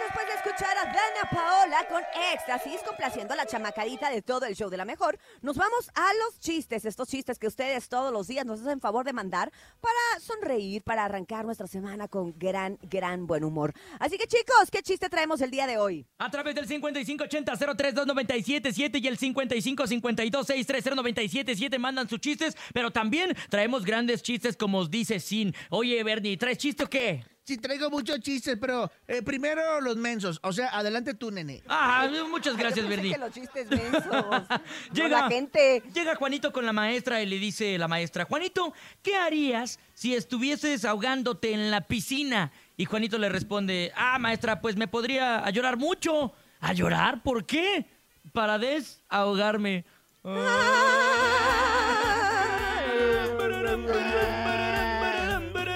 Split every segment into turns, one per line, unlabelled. después de escuchar a Dana Paola con éxtasis, complaciendo a la chamacadita de todo el show de la mejor, nos vamos a los chistes, estos chistes que ustedes todos los días nos hacen favor de mandar para sonreír, para arrancar nuestra semana con gran, gran buen humor. Así que chicos, ¿qué chiste traemos el día de hoy?
A través del 5580-032977 y el 5552-630977 mandan sus chistes, pero también traemos grandes chistes como os dice Sin. Oye, Bernie, ¿traes chistes o qué?
Sí, traigo muchos chistes, pero eh, primero los mensos. O sea, adelante tú, nene.
Ah, muchas gracias,
Yo pensé
Bernie.
que los chistes mensos.
Llega,
No, la gente.
llega Juanito con la maestra y le dice la maestra, Juanito, ¿qué harías si estuvieses ahogándote en la piscina? Y Juanito le responde, ah, maestra, pues me podría a llorar mucho. ¿A llorar? ¿Por qué? Para desahogarme.
Ah.
¿Ves,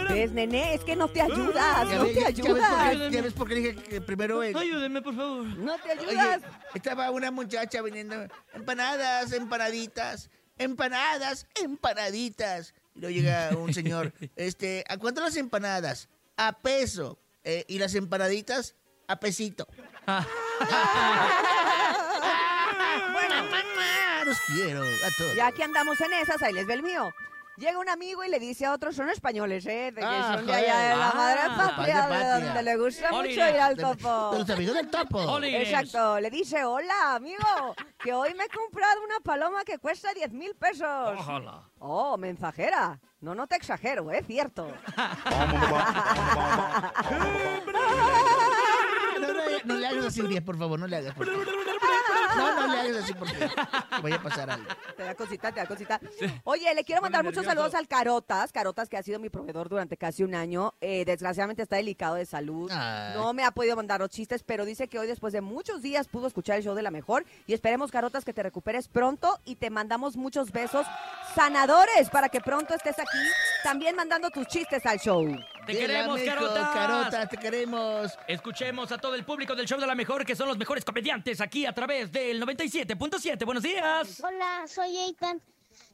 Pues, nene? Es que no te ayudas,
Ya
no
ves-
te
ya ves por qué-
ayudas.
Ya ves por qué dije que primero... eh,
Ayúdenme, por favor.
No te
Oye,
ayudas.
estaba una muchacha vendiendo empanadas, empanaditas, empanadas, empanaditas. Y luego llega un señor, este, ¿a cuánto las empanadas? A peso. Eh, y las empanaditas, a pesito. Los quiero a todos.
Ya que andamos en esas, ahí les ve el mío. Llega un amigo y le dice a otros, son españoles, ¿eh? De que
Ah,
son de allá de la
joder.
madre
Ah,
patria,
de
de
patria.
donde le gusta
Ole,
mucho ir al
De- de
topo.
los amigos del topo.
Ole.
Exacto, le dice, hola amigo, que hoy me he comprado una paloma que cuesta 10 mil pesos.
Ojalá.
Oh, mensajera. No, no te exagero, es cierto.
No, no, no le hagas así, Urias, por favor, no le hagas. por favor. No, no le hagas así porque vaya a pasar algo.
Te da cosita, te da cosita. Oye, le quiero mandar
pone
muchos
nervioso.
saludos al Carotas. Carotas, que ha sido mi proveedor durante casi un año. Eh, desgraciadamente está delicado de salud.
Ay.
No me ha podido mandar los chistes, pero dice que hoy, después de muchos días, pudo escuchar el show de la mejor. Y esperemos, Carotas, que te recuperes pronto y te mandamos muchos besos sanadores para que pronto estés aquí también mandando tus chistes al show.
Te
Llega,
queremos,
mijo,
carotas.
Carotas, te queremos.
Escuchemos a todo el público del show de la mejor, que son los mejores comediantes aquí a través del 97.7. Buenos días.
Hola, soy Eitan.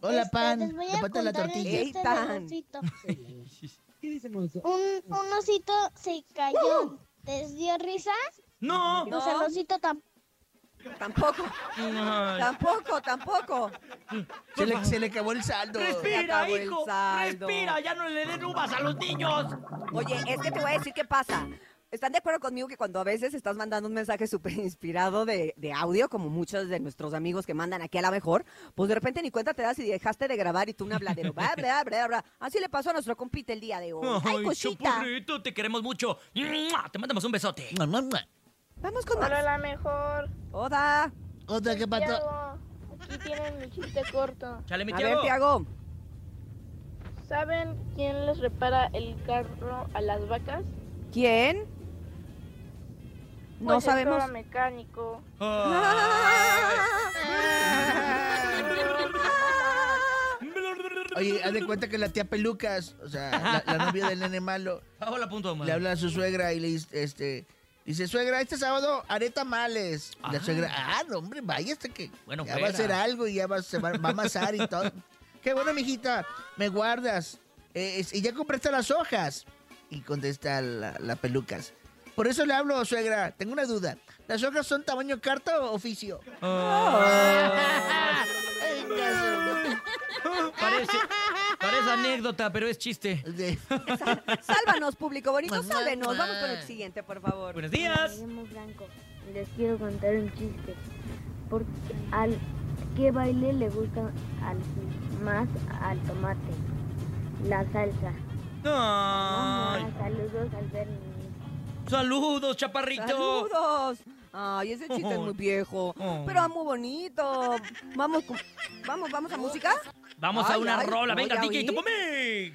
Hola,
Este,
Pan.
Les voy
De
a
parte de la
contar el
tortilla.
chiste del
Eitan.
osito.
¿Qué dice el oso?
Un, un osito se cayó. ¿Les dio risa?
No.
No.
Pues el osito tampoco.
Tampoco,
Ay.
tampoco, tampoco.
Se le, se le acabó el saldo.
Se
Respira,
acabó el
hijo.
saldo.
Respira, ya no le den uvas a los niños.
Oye, es que te voy a decir qué pasa. ¿Están de acuerdo conmigo que cuando a veces estás mandando un mensaje súper inspirado de, de audio, como muchos de nuestros amigos que mandan aquí a la mejor, pues de repente ni cuenta te das y dejaste de grabar y tú una bladero, bla, bla, bla, bla. Así le pasó a nuestro compite el día de hoy. ¡Ay, cosita!
chapurrito, te queremos mucho. ¡Mua! Te mandamos un besote.
Mua, mua, mua.
Vamos con
Hola,
más.
la mejor.
Oda.
Otra que pato.
Tiago, aquí tienen mi chiste corto.
Chale, mi
A ver,
Tiago.
Tiago.
¿Saben quién les repara el carro a las vacas?
¿Quién? No
Pues el
sabemos. ¡Ah!
toro mecánico.
Oye, haz de cuenta que la tía Pelucas, o sea, la, la novia del nene malo,
Hola, punto, man.
le habla a su suegra y le dice, este, dice, suegra, este sábado haré tamales. Y la
Ah.
suegra, ah, no, hombre, vaya hasta que
Bueno,
ya va
fuera.
a hacer algo y ya va, se va, va a amasar y todo. Qué bueno, mijita, me guardas. Eh, es- y ya compraste las hojas. Y contesta la, la Pelucas. Por eso le hablo, suegra, tengo una duda. ¿Las hojas son tamaño carta o oficio? Ay, caso.
Parece, parece anécdota, pero es chiste.
De-
Sálvanos, público bonito,
Mamá,
sálvenos. Vamos
mamá.
con el siguiente, por favor.
Buenos días.
Me llamo Blanco y les quiero contar un chiste. Porque al qué baile le gusta al, más al tomate? La salsa.
Ay,
Mamá, saludos al Bernie.
saludos, chaparrito.
¡Saludos! Ay, ese chiste es muy viejo,
Oh.
pero muy bonito. Vamos, con- vamos, vamos a música.
Vamos a
Ay,
una
ay,
rola.
no,
Venga,
ya
DJ
oí.
Tupomix.